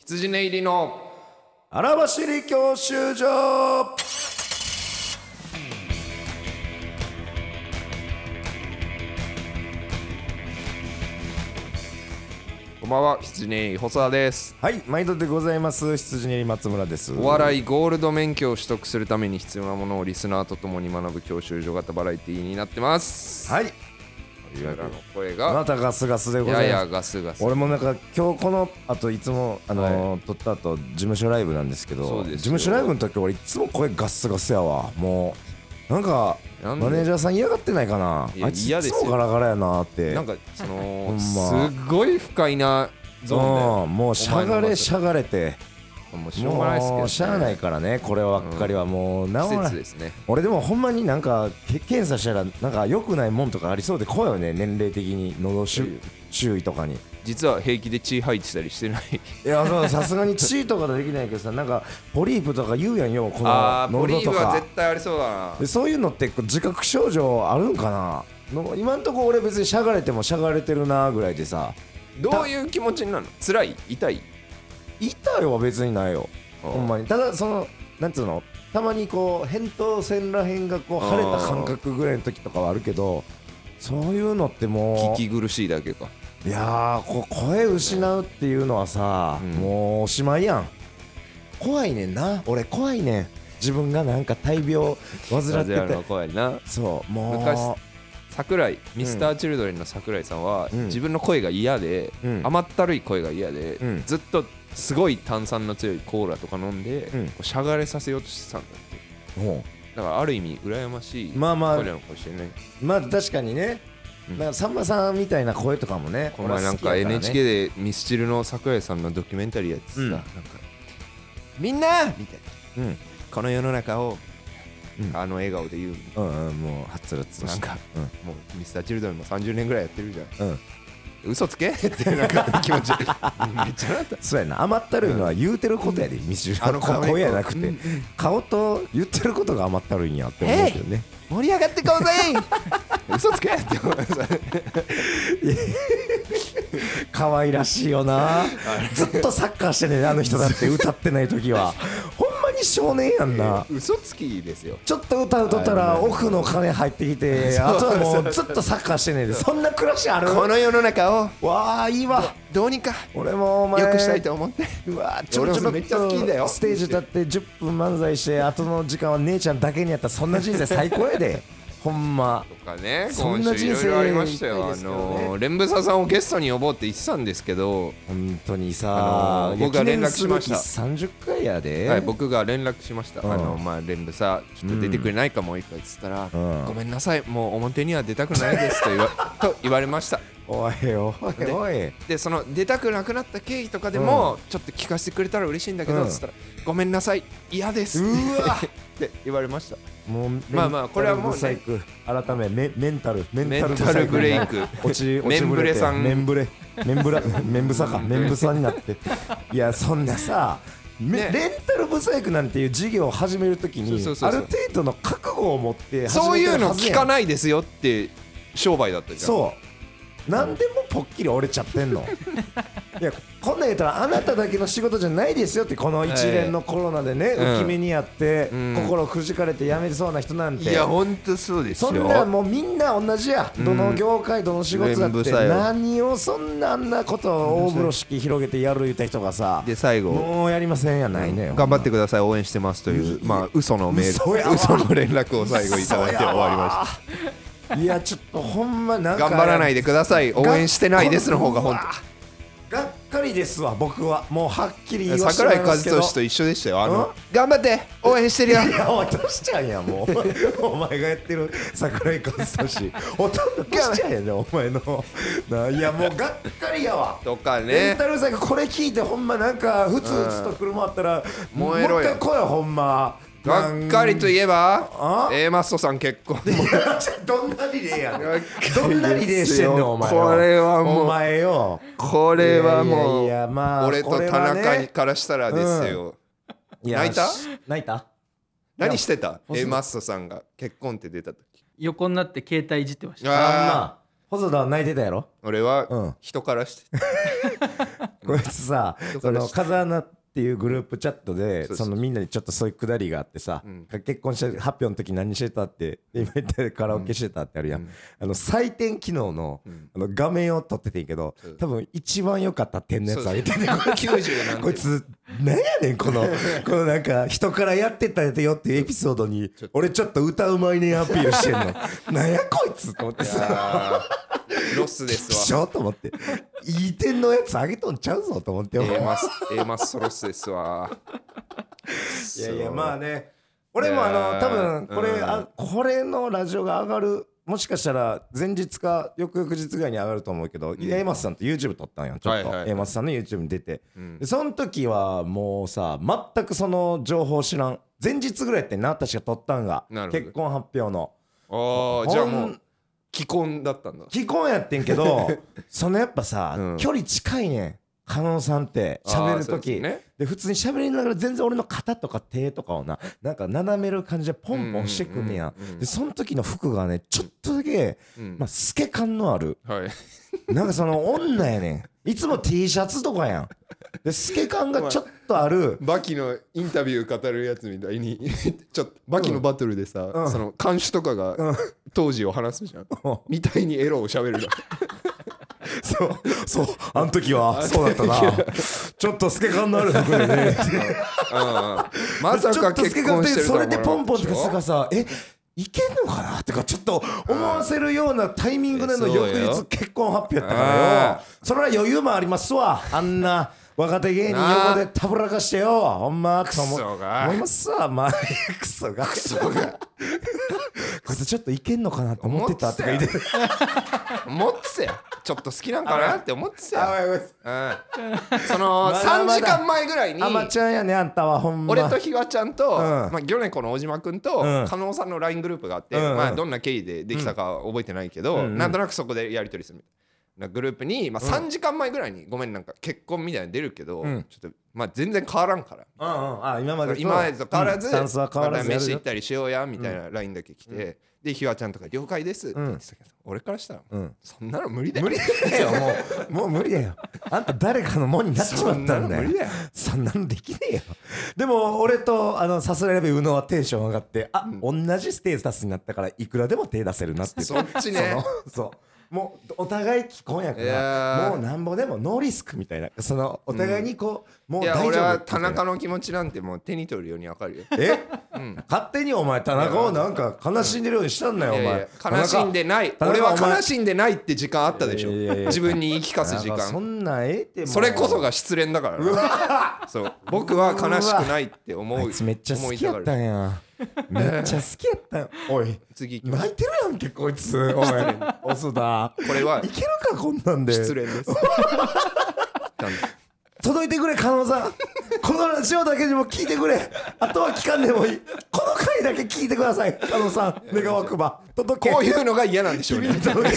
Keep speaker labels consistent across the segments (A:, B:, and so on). A: 羊寝入りの
B: 荒走り教習所
A: こんばんは羊寝入り細田です
B: はい毎度でございます羊に松村です
A: お笑いゴールド免許を取得するために必要なものをリスナーとともに学ぶ教習所型バラエティーになってます
B: はい
A: こちらの声
B: あな
A: が
B: たガスガスでござ
A: や
B: いま
A: や
B: す
A: ガスガス
B: 俺もなんか今日この後いつもあのー、撮った後事務所ライブなんですけど
A: そうですよ
B: 事務所ライブの時俺いつも声ガスガスやわもうなんか
A: なんで
B: マネージャーさん嫌がってないかない
A: や
B: あいつ
A: 嫌
B: い
A: です
B: つ
A: よ
B: もガラガラやなって
A: なんかその、
B: ほんます
A: っごい不快なゾーン
B: うんもうしゃ
A: お前の
B: が
A: 場所
B: れしゃがれて
A: でもうしょうがないですけど、
B: もうしゃあないからねこればっかりはもう治ら
A: 季
B: ない
A: 節ですね
B: 俺でもほんまになんかけ検査したらなんか良くないもんとかありそうで怖いよね年齢的に喉しゅ周囲とかに
A: 実は平気で血吐いてたりしてない
B: いやそうさすが に血とかできないけどさなんかポリープとか言うやんよこ
A: あ
B: の
A: あポリ
B: 喉
A: ー
B: と
A: ブは
B: か
A: 絶対ありそうだな
B: でそういうのってこう自覚症状あるんかなの今んとこ俺別にしゃがれてもしゃがれてるなぐらいでさ
A: どういう気持ちになるの辛い痛い
B: 痛いは別にないよ
A: あー
B: ほんまにただそのなんつうのたまにこう扁桃腺らへんがこう腫れた感覚ぐらいの時とかはあるけどそういうのってもう
A: 聞き苦しいだけか
B: いやーこ声失うっていうのはさ、
A: うん
B: もうおしまいやん怖いねんな俺怖いねん自分がなんか大病患っ
A: 風
B: て
A: 邪
B: て
A: の声な
B: そうも
A: 昔桜井ミスターチルドレンの桜井さんは、
B: うん
A: 自分の声が嫌で、
B: うん
A: 甘ったるい声が嫌で、
B: うん
A: ずっとすごい炭酸の強いコーラとか飲んで、
B: うん
A: こうしゃがれさせようとしてたんだって
B: うも
A: だからある意味羨ましい
B: まあまあ
A: 声なのかもしれない、
B: うまあ確かにね、
A: うん
B: なんかさんまさんみたいな声とかもね
A: この前なんか
B: 俺は好きやらね
A: NHK でミスチルの桜井さんのドキュメンタリーやってさ、
B: うん
A: なんかみんなみたいな
B: うん
A: この世の中を、
B: うん
A: あの笑顔で言う
B: うんうんもうはつらつと
A: なん
B: して
A: かもうミスターチルドレンも30年ぐらいやってるじゃん
B: うんうん
A: 嘘つけってなんか気持ち めっちゃなった
B: そうやな甘ったるいのは言うてることやで、ミスチル
A: あの顔ね
B: 声やなくて、
A: うん
B: 顔と言ってることが甘ったるいんやって思うけどね
A: 盛り上がってこうぜ 嘘つけって思いました
B: 可愛らしいよなずっとサッカーしてねあの人だって歌ってない 時はほんまに少年やんな
A: 嘘つきですよ
B: ちょっと歌うとったら奥の金入って きてあとはもうずっとサッカーしてねえでそんな暮らしある
A: この世の中を
B: わあいいわ
A: どうにか
B: 俺もお前
A: 良くしたいと思って
B: うわちょろちょ
A: 俺も
B: ろ
A: めっちゃ好きだよ
B: ステージ立って10分漫才して後の時間は姉ちゃんだけにやったらそんな人生最高 やでほんま
A: とかね
B: そ
A: 今
B: んな
A: 週いろい
B: 人生
A: ろありました
B: い
A: よ
B: い
A: あ
B: ですけどね
A: のレンブサさんをゲストに呼ぼうって言ってたんですけど
B: 本当に
A: あ
B: さ
A: のー僕は連絡しました
B: 三十回やで、
A: はい、僕が連絡しました、
B: うん
A: あのまあ、連部さ、ちょっと出てくれないかもう一回っつったら、
B: うん
A: ごめんなさい、もう表には出たくないですと言わ と言われました。
B: おいおいおい
A: で、その出たくなくなった経緯とかでも、ちょっと聞かせてくれたら嬉しいんだけど、
B: うん
A: つったら、ごめんなさい、嫌です
B: うわ
A: って言われました。
B: もう
A: まあまあこれはもうね
B: ブサイク改めメメンタルメ
A: メンタルブレイク、
B: 落ち落
A: メ
B: ち
A: ンブ
B: ぶ
A: レ
B: れて
A: さん
B: メンブレメンブラメンブサかメンブサになっていやそんなさめ
A: ね
B: レンタルブサイクなんていう事業を始めるときに
A: そうそうそうそう
B: ある程度の覚悟を持って始
A: そう
B: め
A: い
B: て
A: う
B: る
A: の
B: はず
A: 聞
B: やん
A: かないですよって商売だったじゃん。
B: そう何でもポッキリ折れちゃってんのいやこんなん言ったらあなただけの仕事じゃないですよってこの一連のコロナでね、
A: うん
B: 浮き目にあって、
A: うん
B: 心をくじかれて辞めそうな人なんて
A: いや、ほんとそうですよ。
B: そんなもうみんな同じや、どの業界、どの仕事だ
A: 全部
B: って、
A: さよ
B: 何をそんなあんなことを大風呂敷広げてやる言った人がさ、
A: で、最後。
B: もうやりませんやないねよ。
A: 頑張ってください応援してますというまあ嘘のメー
B: 嘘や
A: ル
B: わ
A: 嘘の連絡を最後いただいて終わりまし
B: した。いや、ちょっとほんまなん
A: た
B: か、
A: 頑張らないでください応援してないですの方が本
B: がっかりですわ、僕は。もうはっきり
A: 当
B: 言わせて
A: 桜
B: もら
A: 井
B: い
A: 和
B: ますけど。
A: 寿と一緒でしたよあ
B: うん
A: の頑張って応援 してるよ
B: いや、落としちゃうやん、もう。 お前がやってる桜井和寿。落としちゃうやんね、お前の。ないや、もうがっかりやわ。
A: とか
B: レン
A: ね
B: タルサイクルこれ聞いてほんまなんかふつふつと車あったら
A: うん燃えろよ
B: もう一回来いよほんま
A: がっかりといえば
B: あ
A: A マストさん結婚
B: どんなリレーやねん
A: がっかりですよ
B: どんなリレーしてんのお前
A: これはもう
B: お前よ
A: これはも
B: いやいやいやまあ
A: う俺と
B: これ
A: 田
B: はね
A: 中からしたらですよ
B: いや
A: 泣いた
B: し泣いた
A: 何してた
B: や
A: A マストさんが結婚って出た時
C: 横になって携帯いじってました
B: あん
A: ああ
B: な細田は泣いてたやろ
A: 俺
B: うん
A: は人からして
B: こいつさ
A: どこ
B: そ
A: でし
B: の
A: た
B: 風穴っていうグループチャット
A: そ
B: で
A: うそう
B: そのみんなにちょっとそういうくだりがあってさ
A: うん
B: 結婚して発表の時何してたってで今言ったようにカラオケしてたってあるやんあの採点機能の
A: うん
B: あの画面を撮っててんけど
A: うん
B: 多分一番良かった点のやつあげてんねん
A: 90なんて
B: こいつなんやねんこ のこのなんか人からやってたよっていうエピソードに
A: ちょっ
B: 俺ちょっと歌うまいねんアピールしてん のなんやこいつと思って
A: い
B: さ
A: やーロスで
B: き
A: す
B: し
A: わ
B: ょと思っていい点のやつあげとんちゃうぞと思って
A: A マス A マスロスですわ
B: いやいやまあね俺もあ
A: いや
B: の
A: ー
B: 多分これ、
A: うん
B: あこれのラジオが上がるもしかしたら前日か翌々日ぐらいに上がると思うけど、A マスさんと YouTube 撮ったんよちょっと、
A: はいはい
B: A マスさんの YouTube に出て、
A: うん
B: でその時はもうさ全くその情報知らん前日ぐらいやってんな確か撮ったんが
A: なるほど
B: 結婚発表の
A: ああじゃあもう既婚だったんだ
B: 既婚やってんけ どそのやっぱさ、
A: うん
B: 距離近いねん加納さんって喋る
A: あーそうで
B: 時
A: すね
B: で普通に喋りながら全然俺の肩とか手とかをななんか斜める感じでポンポンしてくんねや
A: うんうんうんうん
B: でその時の服がねちょっとだけ、
A: うん
B: まあ、透け感のあ る
A: はい
B: なんかその女やねんいつも T シャツとかやんで透け感がちょっとある
A: バキのインタビュー語るやつみたい にちょっとバキのバトルでさ、
B: ん
A: その看守とか
B: う
A: が
B: ん
A: 当時を話すじゃん、
B: うん
A: みたいにエロを喋るの
B: そうそうあの時はそうだったなちょっと透け感のある服でね
A: うんうんまさ
B: ちょ
A: か
B: っと透
A: 結
B: け感
A: 婚
B: と
A: し
B: い
A: て
B: う
A: ると
B: そ
A: は思わ
B: れで
A: な
B: ポン
A: か
B: ポ
A: っ
B: ンと
A: たで
B: か
A: しょ
B: すがさえいけんのかなとかちょっと思わせるようなタイミングでの
A: うん
B: 翌
A: そう
B: 日
A: よ
B: 結婚発表やったか
A: あ
B: らよそれは余裕もありますわあんな若手芸人
A: なあ
B: 横でたぶらかしてよほんまクソも
A: クソが
B: 思いますわまあクソがクソが こいつちょっといけんのかなと思ってたとか言って
A: 思ってたよちょっと好きなんかなって思ってたよ
B: あごめんなさ
A: う
B: い
A: んその
B: まだ
A: 3
B: まだ
A: 時間前ぐらいに
B: アマちゃんやねあんたはほんま
A: 俺とひわちゃんと、
B: ん
A: まあ、ギョネコの小島君と、
B: うん
A: 加納さんの LINE グループがあって、
B: うんうん
A: まあ、どんな経緯でできたかは覚えてないけど、
B: うんうん
A: なんとなくそこでやり取りするみたいなグループに、まあ、3時間前ぐらいに、ごめんなんか結婚みたいなの出るけど、
B: うん
A: ちょっと、まあ、全然変わらんから
B: うんうんあ今までと
A: 今までと変わらず、
B: うんスタンスは変わらず
A: また
B: やる
A: 飯行
B: よ
A: ったりしようやみたいな LINE だけ来て、でひわちゃんとか「了解です」って言ってたけど、俺からしたら、
B: うん
A: そんなの無理だよ
B: 無理だよもうもう無理だよあんた誰かのもんになっちま
A: そ
B: っ
A: ん
B: た
A: なんの
B: だ
A: 無
B: よ
A: 理だよ
B: そんなのできねえよでも俺とあのさすらいラビ宇野はテンション上がってあ、同じステータスになったからいくらでも手出せるなっていう
A: そっちね
B: そのそうもうお互い既婚やか
A: いや
B: ら
A: ー
B: もうなんぼでもノーリスクみたいなそのお互いにこう、もう
A: い
B: 大丈
A: や
B: 夫
A: 俺は田中の気持ちなんてもう手に取るようにわかるよ。
B: え、勝手にお前田中をなんか悲しんでるようにしたんだよお
A: い
B: 前
A: やいや悲しんでない
B: 田
A: 俺
B: 中
A: は
B: お前
A: 悲しんでないって時間あったでしょ
B: いやいやいや
A: 自分に言い聞か
B: 田
A: す
B: 中
A: 時
B: そ
A: 間
B: んなんええってもう
A: それこそが失恋だからなそう僕は悲しくないって思う
B: あ
A: 思
B: いつめっちゃ好
A: い
B: き
A: た
B: や
A: が
B: っ
A: る
B: たんやめっちゃ好きやったんやおい
A: 次行きま
B: 泣
A: す
B: いてるやんけこいつおいおそだ
A: これ はい
B: けるかこんなんで
A: 失恋です なんで
B: 届いてくれ加納さんこのラジオだけでも聞いてくれあとは聞かんでもいいこの回だけ聞いてください加納さん願わくば届け
A: こういうのが嫌なんでし ょうねこう
B: いやなん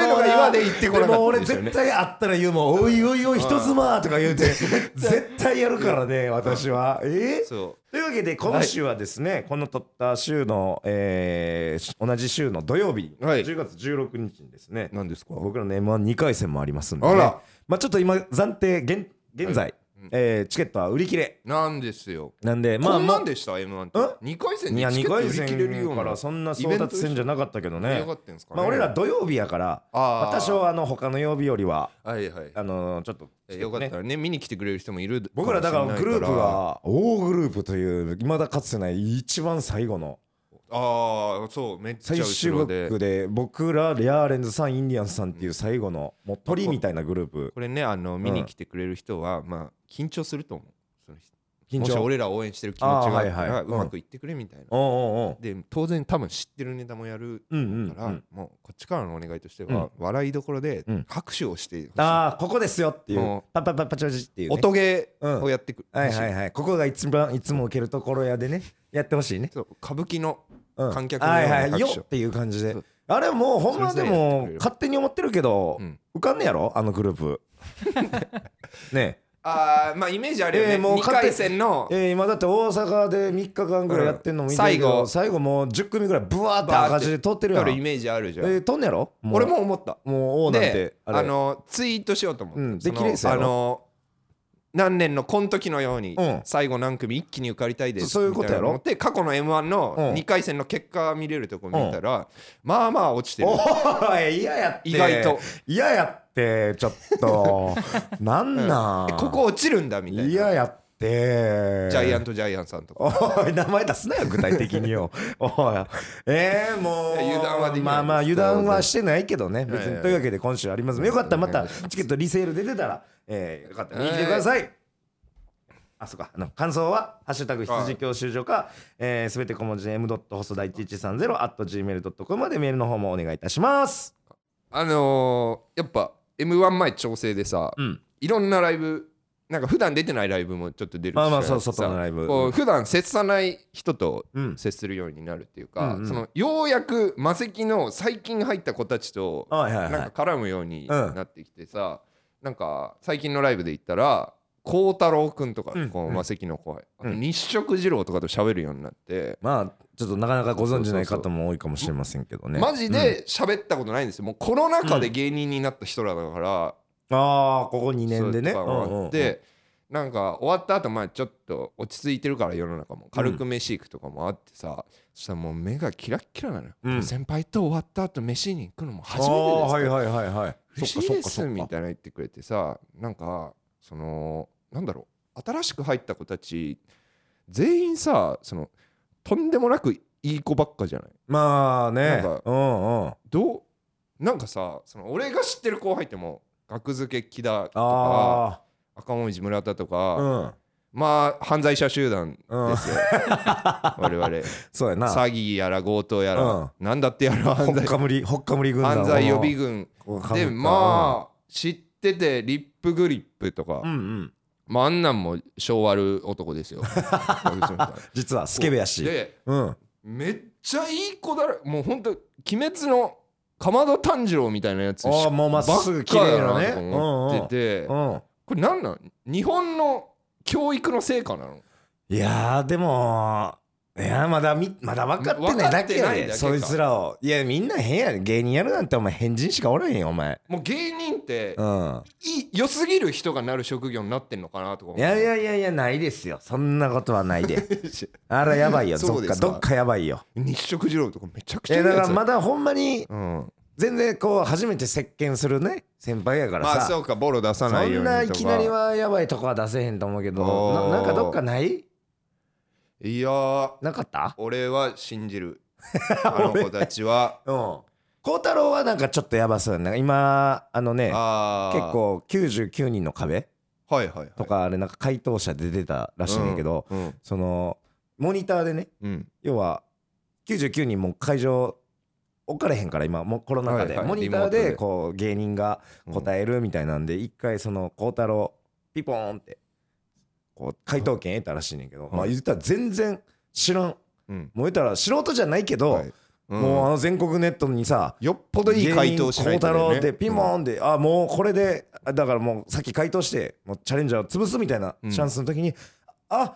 A: いうのが今で言ってこなかった
B: でも俺
A: んですよね
B: 絶対あったら言うもん「おいおいおい人妻」とか言うて絶対やるからね私はえー
A: そ
B: というわけで今週はですね、この撮った週の、えーし同じ週の土曜日、
A: はい
B: 10月16日にですね
A: うなんですか
B: 僕らの m 1 2回戦もありますんで、ね、
A: あら
B: まあ、ちょっと今暫定現現在、えーチケットは売り切れ
A: なんですよ
B: なんでま
A: こ
B: あ
A: ん
B: ま
A: な
B: あ
A: んでした M1 っ
B: ん
A: て2回戦
B: い
A: で
B: や
A: チ
B: 2
A: ケット売
B: 回
A: り切れるよ
B: 戦
A: う
B: か
A: な
B: らそんな
A: イ
B: 争
A: ベント
B: 奪戦じゃなかったけどね
A: よかったんですかね
B: まあ、俺ら土曜日やから、
A: あー
B: まあ多少あの他の曜日よりは
A: はいはい
B: あのーちょっと、
A: えよかった
B: ね
A: らね見に来てくれる人もいる
B: 僕らだから
A: もし
B: グ
A: れ
B: ル
A: ない
B: ープが大グループという未だかつてない一番最後の
A: ああそうめっちゃ
B: 最終
A: 後ろで
B: 枠で僕らレアーレンズさんインディアンスさんっていう最後のもう鳥みたいなグループ
A: これねあの見に来てくれる人は、まあ緊張すると思うその人
B: 緊
A: もし
B: 張
A: 俺らを応援してる気持ちがあったら
B: あーはいはいう
A: うんまくいってくれみたいな、
B: おう
A: で当然多分知ってるネタもやる
B: おうおううん
A: か
B: う
A: ら、
B: んうん
A: もうこっちからのお願いとしては、笑いどころで
B: うん
A: 拍手をしてほしい、
B: ああここですよってい
A: も
B: う
A: う
B: パッパッパッパチパチっていう、ね、
A: 音ゲーをやってくる、
B: はいはいはいここが一番いつも受けるところやでねやってほしいね、
A: そう歌舞伎の
B: うん、
A: 観客の
B: は
A: よう
B: い
A: な
B: はい
A: 拍
B: よ
A: 手
B: っていう感じで
A: そう
B: あれもうほんま
A: それさえやってくれ
B: でも
A: れば
B: 勝手に思ってるけど、
A: うん
B: 浮かんねやろあのグループねえ
A: あーまあイメージあるよね、
B: ええもう
A: 2
B: 勝手
A: 回戦の
B: えー今だって大阪で3日間ぐらいやってんの見てるけど、
A: うん
B: 最後もう10組ぐらいブワーッと赤字で取ってるやん
A: 取イメージあるじ
B: え
A: ゃん、
B: ー、取んねやろう
A: 俺も思った
B: もう王なんて
A: で
B: あれ
A: あのツイートしようと思って、
B: うんで
A: その
B: 綺麗さや
A: あ
B: ろ
A: の何年のこの時のように、
B: うん
A: 最後何組一気に受かりたいです
B: そういうことやろ
A: で過去の m 1の
B: うん
A: 2回戦の結果見れるとこ見たら、まあまあ落ちてる
B: お い嫌やって
A: 意外と
B: 嫌やってちょっ となんなん、
A: えここ落ちるんだみたいな
B: 嫌やって
A: ジャイアントジャイアンさんとか
B: おい名前出すなよ具体的 によおいえー、もう
A: いや油断はできない
B: まあまあ油断はしてないけどね
A: い
B: 別
A: はいは
B: に
A: い
B: というわけで今週ありますよかったらま
A: お
B: た
A: 願いし
B: チケットリセールで出てたら、えー、よかったら見てください、あそうかあの感想は「ハッシュタグ羊教習所」かすべ、えー全て小文字で m. 細田1130 at gmail.com までメールの方もお願いいたします
A: あのーやっぱ m 1前調整でさ、
B: うん
A: いろんなライブなんか普段出てないライブもちょっと出るし
B: まあまあそう
A: さ
B: 外のライブ
A: こ
B: うん
A: う普段接さない人と
B: うん
A: 接するようになるっていうか、
B: うんうん
A: そのようやく魔石の最近入った子たちと
B: はいはいは
A: なん
B: い
A: か絡むようになってきてさ、なんか最近のライブで行ったら孝太郎くんとか、
B: うん
A: こう魔石の子、あと
B: うん
A: 日食二郎とかと喋るようになって。
B: まあちょっとなかなかご存知ない方も多いかもしれませんけどね
A: マジで喋ったことないんですよ、もうコロナ禍で芸人になった人らだから、
B: ああここ2年でね
A: そういうとこもあっ
B: うんうん
A: てなんか終わった後まあちょっと落ち着いてるから世の中も軽く飯行くとかもあってさ、そしたらもう目がキラッキラなのよ、
B: うん
A: 先輩と終わった後飯に行くのも初めて
B: あ
A: で
B: ー
A: す
B: はいはいはいはい
A: 嬉しいですみたいな言ってくれてさなんかそのなんだろう新しく入った子たち全員さそのとんでもなくいい子ばっかじゃない
B: まあね
A: なんか
B: うんうん
A: どうなんかさその俺が知ってる後輩ってもう学付け木田とか
B: あ
A: 赤もみじ村田とか、
B: あうん
A: まあ犯罪者集団ですよ、我 々
B: そうやな
A: 詐欺やら強盗やら、
B: うん
A: なんだってやら
B: ほ
A: 犯
B: っ
A: 罪
B: かむりほっかむり軍団
A: 犯罪予備軍
B: 軍
A: でまあ知っててリップグリップとか、
B: うんうん
A: まああんなんも性悪男 ですよ
B: 実はスケベやし
A: で
B: うん
A: めっちゃいい子だらもうほんと鬼滅のかまど炭治郎みたいなやつ
B: あーもうまっすぐ綺麗なね
A: ばっかだと思ってて、
B: うん
A: これなんなん日本の教育の成果なの
B: いやーでもいやーまだみまだ分かってないだけ
A: 分かって
B: や
A: ないだけ
B: で
A: か
B: そいつらをいやみんな変やで芸人やるなんてお前変人しかおらへんよお前
A: もう芸人って
B: うん
A: いい良すぎる人がなる職業になってんのかなとか思う
B: いやいやいやいやないですよそんなことはない であらやばいよ
A: そ
B: ど
A: う
B: っ
A: で
B: か
A: すか
B: どっかやばいよ
A: 日食二郎とかめちゃく
B: い
A: ちゃい
B: や
A: いや
B: だ
A: つ
B: からまだほんまに
A: うん、
B: 全然こう初めて接見するね先輩やから
A: まあ
B: さ、
A: そうかボロ出さ
B: そ
A: ないようんにと
B: な
A: か
B: いきなりはやばいとこは出せへんと思うけど
A: おー
B: ななんかどっかない
A: いやー
B: なかった
A: 俺は信じ るあの子たちは
B: うん孝太郎はなんかちょっとやばそうやな今あのね
A: あー
B: 結構99人の壁
A: はいはいはい
B: とかあれなんか回答者で出てたらしいんやけど、
A: うん
B: そのモニターでね
A: うん
B: 要は99人も会場置かれへんから今もうコロナ禍
A: は
B: で、
A: いはい
B: モニター
A: リモート
B: で
A: で
B: こう芸人が答えるみたいなんで一回その孝太郎ピポーンってこう回答権得たらしいねんけど、
A: い
B: まあ言ったら全然知らん
A: うん
B: もう言ったら素人じゃないけど、
A: はいうん
B: もうあの全国ネットにさ
A: よっぽどいい回答しないと、ね、
B: 芸人孝太郎でピンポーンで、あもうこれであだからもうさっき回答してもうチャレンジャーを潰すみたいなチャンスの時に、あ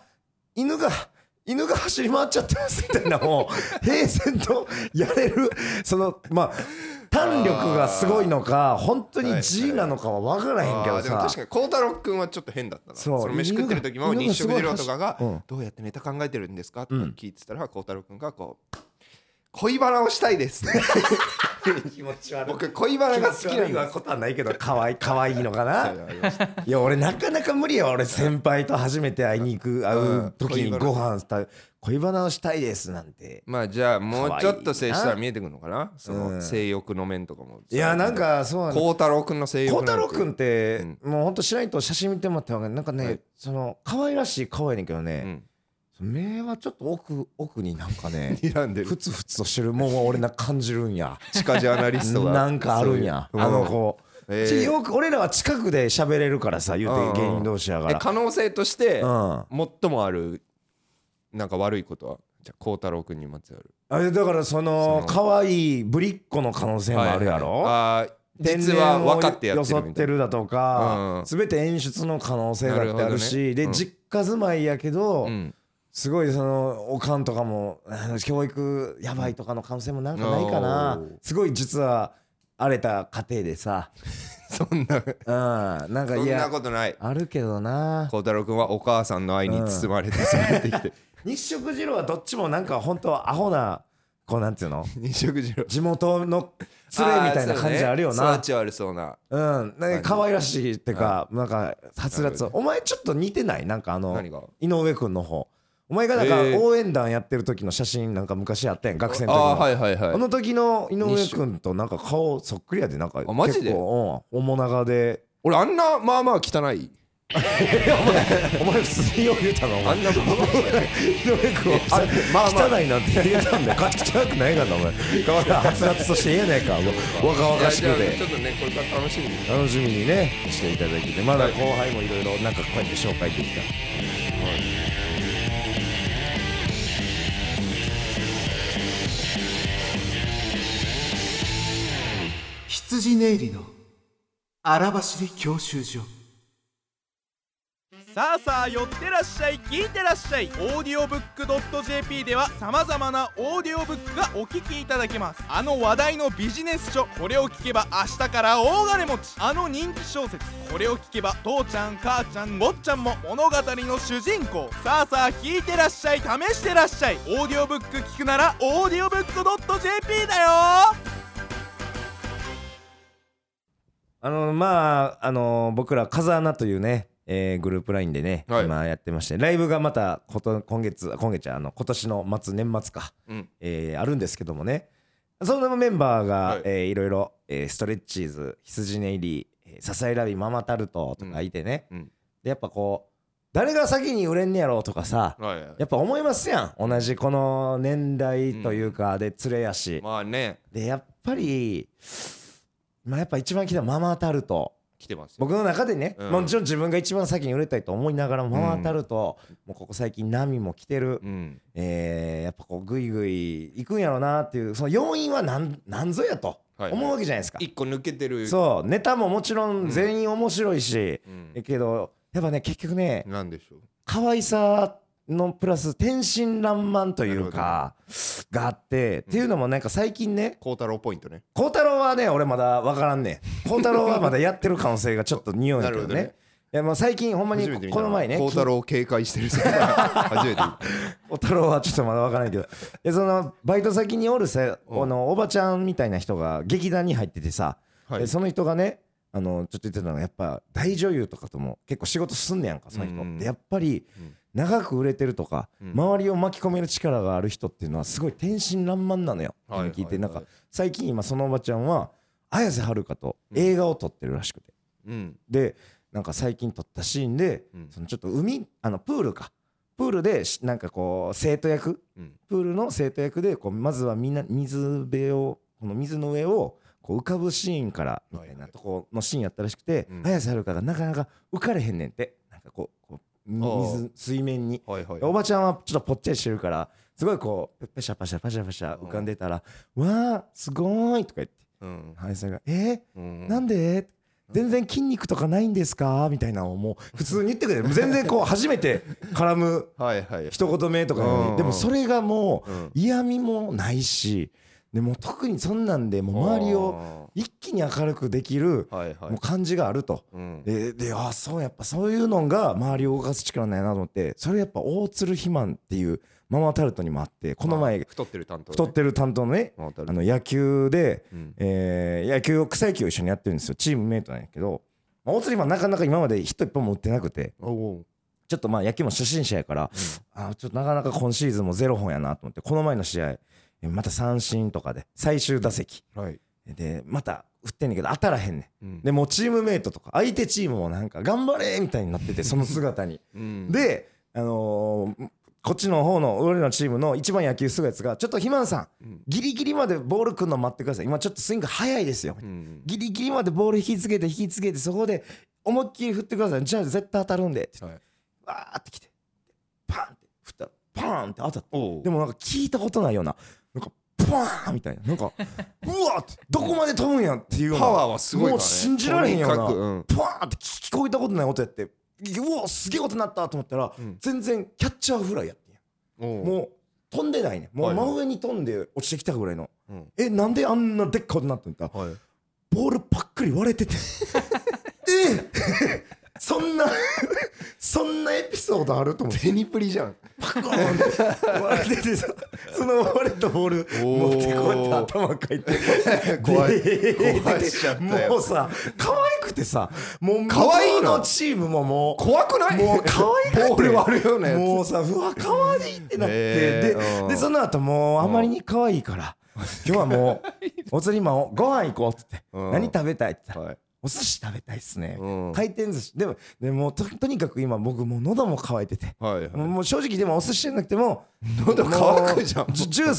B: 犬が犬が走り回っちゃってますみたいなもう平然とやれるそのまあ弾力がすごいのか本当に G なのかは分からへんけ
A: あ
B: ど
A: ーでも
B: さ
A: 確かに孝太郎くんはちょっと変だったな
B: そう
A: その飯食ってる時も
B: 犬が
A: 日食二郎とかが
B: うん
A: 「どうやってネタ考えてるんですか?」とか
B: うん
A: 聞いてたら孝太郎くんがこう「恋バナをしたいです」
B: 気持ち悪い
A: 僕恋バナが好きなん
B: は
A: だ
B: ことはないけど可愛い可愛いの かないや俺なかなか無理や俺先輩と初めて会いに行く会う時にご飯した恋バナをしたいですなんて
A: まあじゃあもうちょっと接したら見えてくるのかなそ
B: うん
A: の性欲の面とかも
B: いやなんかそうなの
A: 孝太郎くんの性欲
B: 孝
A: なんて
B: 太郎くんって
A: うん
B: もうほんと知らんと写真見てもらったらわかんないなんか
A: は
B: ね
A: い
B: その可愛らしい可愛いねんけど
A: う
B: ね
A: ん
B: 目はちょっと奥奥になんかね
A: 睨んで
B: ふ
A: る
B: つふつとしてるもんは俺な感じるんや
A: 地下ジャーナリストが
B: なんかあるんや
A: そういう
B: あの子
A: うんえー
B: ちよく俺らは近くで喋れるからさ言うて芸人同士やか
A: え
B: ら
A: 可能性として
B: うん
A: 最もあるなんか悪いことはじゃあ孝太郎くんにまつわる
B: あれだからその
A: そ
B: 可愛いぶりっ子の可能性もあるやろ、
A: はいはいあ実は分かってやって
B: 装
A: る
B: っ
A: みた
B: て
A: いな
B: るだと
A: う
B: か、
A: ん
B: 全て演出の可能性だってあるし
A: なるほどね
B: で、
A: うん
B: 実家住まいやけど、
A: うん
B: すごいそのおかんとかもあの教育やばいとかの可能性もなんかないかな
A: おー
B: すごい実は荒れた家庭でさ、
A: そんな
B: うん、なんか
A: そん
B: い
A: な
B: や
A: ことない
B: あるけどな
A: 孝太郎君はお母さんの愛に包まれて育ってきて
B: 日食二郎はどっちもなんか本当アホなこうなんていうの
A: 二色次郎
B: 地元の連れみたいな感じあるよ
A: あーそうね
B: な
A: 育ち悪そうな
B: うん、なんか可愛らしいってか、なんか、はつらつ、お前ちょっと似てないなんかあの
A: 何、が
B: 井上くんの方。お前がなんか
A: えー
B: 応援団やってる時の写真なんか昔あったやん、学生の時
A: あー
B: の。
A: はいはいはい
B: あの時の井上くんとなんか顔そっくりやで、なんか結構、
A: マジで
B: うん、おもながで。
A: 俺あんなまあまあ汚い
B: お前普通によう言うたの、お
A: あ
B: 前。
A: んなまあまあ
B: 井上くんを、あ
A: まあまあ
B: 汚いなんて言えたんだよ。汚くないがな、お前。変わらはつらつとして言えないか、もう若
A: いや
B: 々し
A: じゃあ
B: くて
A: ちょ。っとねこれから楽しみに
B: 楽しみにね、していただいてて、まだ後輩もいろいろなんかこうやって紹介できた。
D: 羊ネイリの荒走り教習所
E: さあさあ寄ってらっしゃい聞いてらっしゃいオーディオブックドット JP ではさまざまなオーディオブックがお聞きいただけますあの話題のビジネス書これを聞けば明日から大金持ちあの人気小説これを聞けば父ちゃん母ちゃん坊ちゃんも物語の主人公さあさあ聞いてらっしゃい試してらっしゃいオーディオブック聞くならオーディオブックドット JP だよ
B: あのまああの僕ら「風穴」というね、えーグループラインでね、
A: はい
B: 今やってましてライブがまたこと今月今月じゃあの今年の末年末か、
A: うん
B: えーあるんですけどもねそのメンバーが、
A: はい
B: いえーいろいろ、えーストレッチーズ羊ネイリーえー笹井ラビママタルトとかいてね、
A: うんうん
B: でやっぱこう誰が先に売れんねやろうとかさ
A: はいはい
B: やっぱ思いますやん同じこの年代というか、で連れやし、
A: まあね
B: でやっぱりまあやっぱ一番来たのはママタルト
A: 来てますよ
B: 僕の中でね、
A: うん
B: もちろん自分が一番先に売れたいと思いながらもママタルト、もうここ最近波も来てる、
A: うん
B: えーやっぱこうグイグイ行くんやろうなっていうその要因はなんなんぞやと
A: はいはい
B: 思うわけじゃないですか、
A: 一個抜けてる
B: そうネタももちろん全員面白いし、
A: うん
B: えけどやっぱね結局ね
A: なんでしょう
B: 可愛さのプラス天真爛漫というか、があって、っていうのもなんか最近ね
A: 孝太郎ポイントね
B: 孝太郎はね俺まだ分からんねん孝太郎はまだやってる可能性がちょっと匂いだけど
A: なるほどね
B: ねいやもう最近ほんまに
A: 初めて見た
B: この前ね
A: 孝太郎を警戒して る初めて見た
B: 孝太郎はちょっとまだ分からんけどでそのバイト先におるさ
A: うん
B: あのおばちゃんみたいな人が劇団に入っててさ、
A: はい
B: でその人がねあのちょっと言ってたのがやっぱ大女優とかとも結構仕事すんねやんかその人、
A: うん
B: でやっぱり
A: うん
B: 長く売れてるとか、
A: うん
B: 周りを巻き込める力がある人っていうのはすごい天真爛漫なのよ、
A: はいはいはい
B: 聞いてなんか最近今そのおばちゃんは綾瀬はるかと
A: うん
B: 映画を撮ってるらしくて、
A: うん
B: でなんか最近撮ったシーンで、
A: うん
B: そのちょっと海あのプールかプールでしなんかこう生徒役
A: うん
B: プールの生徒役でこうまずはみんな水辺をこの水の上をこう浮かぶシーンからみた
A: はい
B: い
A: は
B: ないとこのシーンやったらしくて、
A: うん
B: 綾瀬はるかがなかなか浮かれへんねんってなんかこうこう水水面に
A: はいはい
B: おばちゃんはちょっとぽっちゃりしてるからすごいこうパシャパシャパシャパシャ浮かんでたら「わあすごーい」とか言って
A: うん
B: 綾瀬が「えー、
A: うん
B: なんで全然筋肉とかないんですかみたいなのをもう普通に言ってくれる全然こう初めて絡む
A: はいはい
B: 一言目とかなの
A: うん
B: にでもそれがもう
A: うん
B: 嫌味もないしでもう特にそんなんでもう周りを一気に明るくできる
A: あーはいは
B: もう
A: い
B: 感じがあると。
A: うん
B: ででああそうやっぱそういうのが周りを動かす力なんやなと思ってそれやっぱ大鶴肥満っていうママタルトにもあってこの前
A: 太ってる担当ね
B: 太ってる担当のね
A: あ
B: あの野球で
A: うん
B: えー野球を草野球を一緒にやってるんですよチームメイトなんやけど、まあ、大鶴はなかなか今までヒット一本も打ってなくて
A: おお
B: ちょっとまあ野球も初心者やから、あーちょっとなかなか今シーズンもゼロ本やなと思ってこの前の試合えーまた三振とかで最終打席
A: はい
B: でまた振ってんねんけど当たらへんね
A: うん
B: んでもうチームメイトとか相手チームもなんか頑張れみたいにな っててその姿に
A: うん
B: であのーこっちの方の俺らのチームの一番野球するやつが「ちょっと肥満さん
A: うん
B: ギリギリまでボールくんの待ってください今ちょっとスイング早いですよ」
A: うん
B: ギリギリまでボール引きつけて引きつけてそこで思いっきり振ってくださいじゃあ絶対当たるんでって言って、わーってきてパーンって振ったらパーンって当たった
A: おお
B: でもなんか聞いたことないようななんかプポーンみたいななんかうわってどこまで飛ぶんやっていうような
A: パワーはすごいからね
B: もう信じられへんような
A: とにかくうん
B: ポーンって聞こえたことない音やってうわすげえ音になったと思ったら、
A: うん
B: 全然キャッチャーフライやってんや
A: も
B: もう飛んでないねも
A: は
B: う
A: いはい
B: 真上に飛んで落ちてきたぐらいの、
A: うん
B: えなんであんなでっかい音になったんだ
A: う、はい、
B: ボールパックリ割れ ててええ そんなそんなエピソードあると思って
A: テニプリじゃ ん
B: パコーンって割れててさそ の割れたボール
A: おー
B: 持ってこうやって頭かいて
A: 怖い
B: で
A: 壊しちゃったやつ
B: もうさ可愛くてさもう
A: 可愛いの
B: 向こうのチームももう
A: 怖くない
B: もう可愛くて
A: ボール割るようなやつ
B: もうさうわ可愛いってなって、
A: へーうん
B: ででその後もうあまりに可愛いから今日はも うお釣りマンご飯行こうっつって、
A: うん
B: 何食べたいって言ったら、
A: はい
B: お寿司食べたいっすね、
A: うん
B: 回転寿司でもでもととにかく今僕もう喉も渇いてて、
A: はいはい
B: もうもう正直でもお寿司じゃなくても
A: 喉乾くじゃん
B: もうジュジュ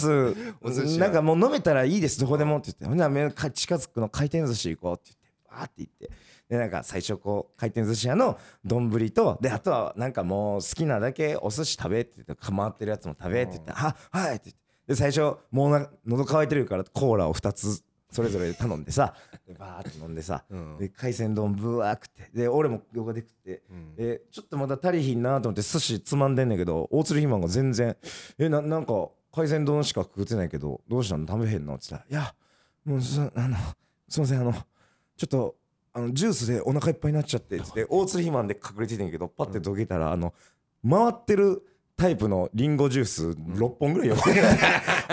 A: お
B: ー
A: 寿司
B: ス
A: や
B: なんかもう飲めたらいいですどこでもって言ってほんならめか近づくの回転寿司行こうって言ってバーって行ってでなんか最初こう回転寿司屋の丼とであとはなんかもう好きなだけお寿司食べって言って回ってるやつも食べって言って「あはい」って言ってで最初もうな喉乾いてるからコーラを2つそれぞれ頼んでさでバーって飲んでさ、
A: うん
B: で海鮮丼ぶわー食ってで俺も横で食って、
A: ん
B: でちょっとまだ足りひんなと思って寿司つまんでんねんけど大鶴ひまんが全然「えななんか海鮮丼しか食ってないけどどうしたの食べへんの?」って言ったら「いやもうすあのすいませんあのちょっとあのジュースでお腹いっぱいになっちゃって」っつって大鶴ひまんで隠れててんけどパッてどけたら、あの回ってるタイプのリンゴジュース6本ぐらい横にあって「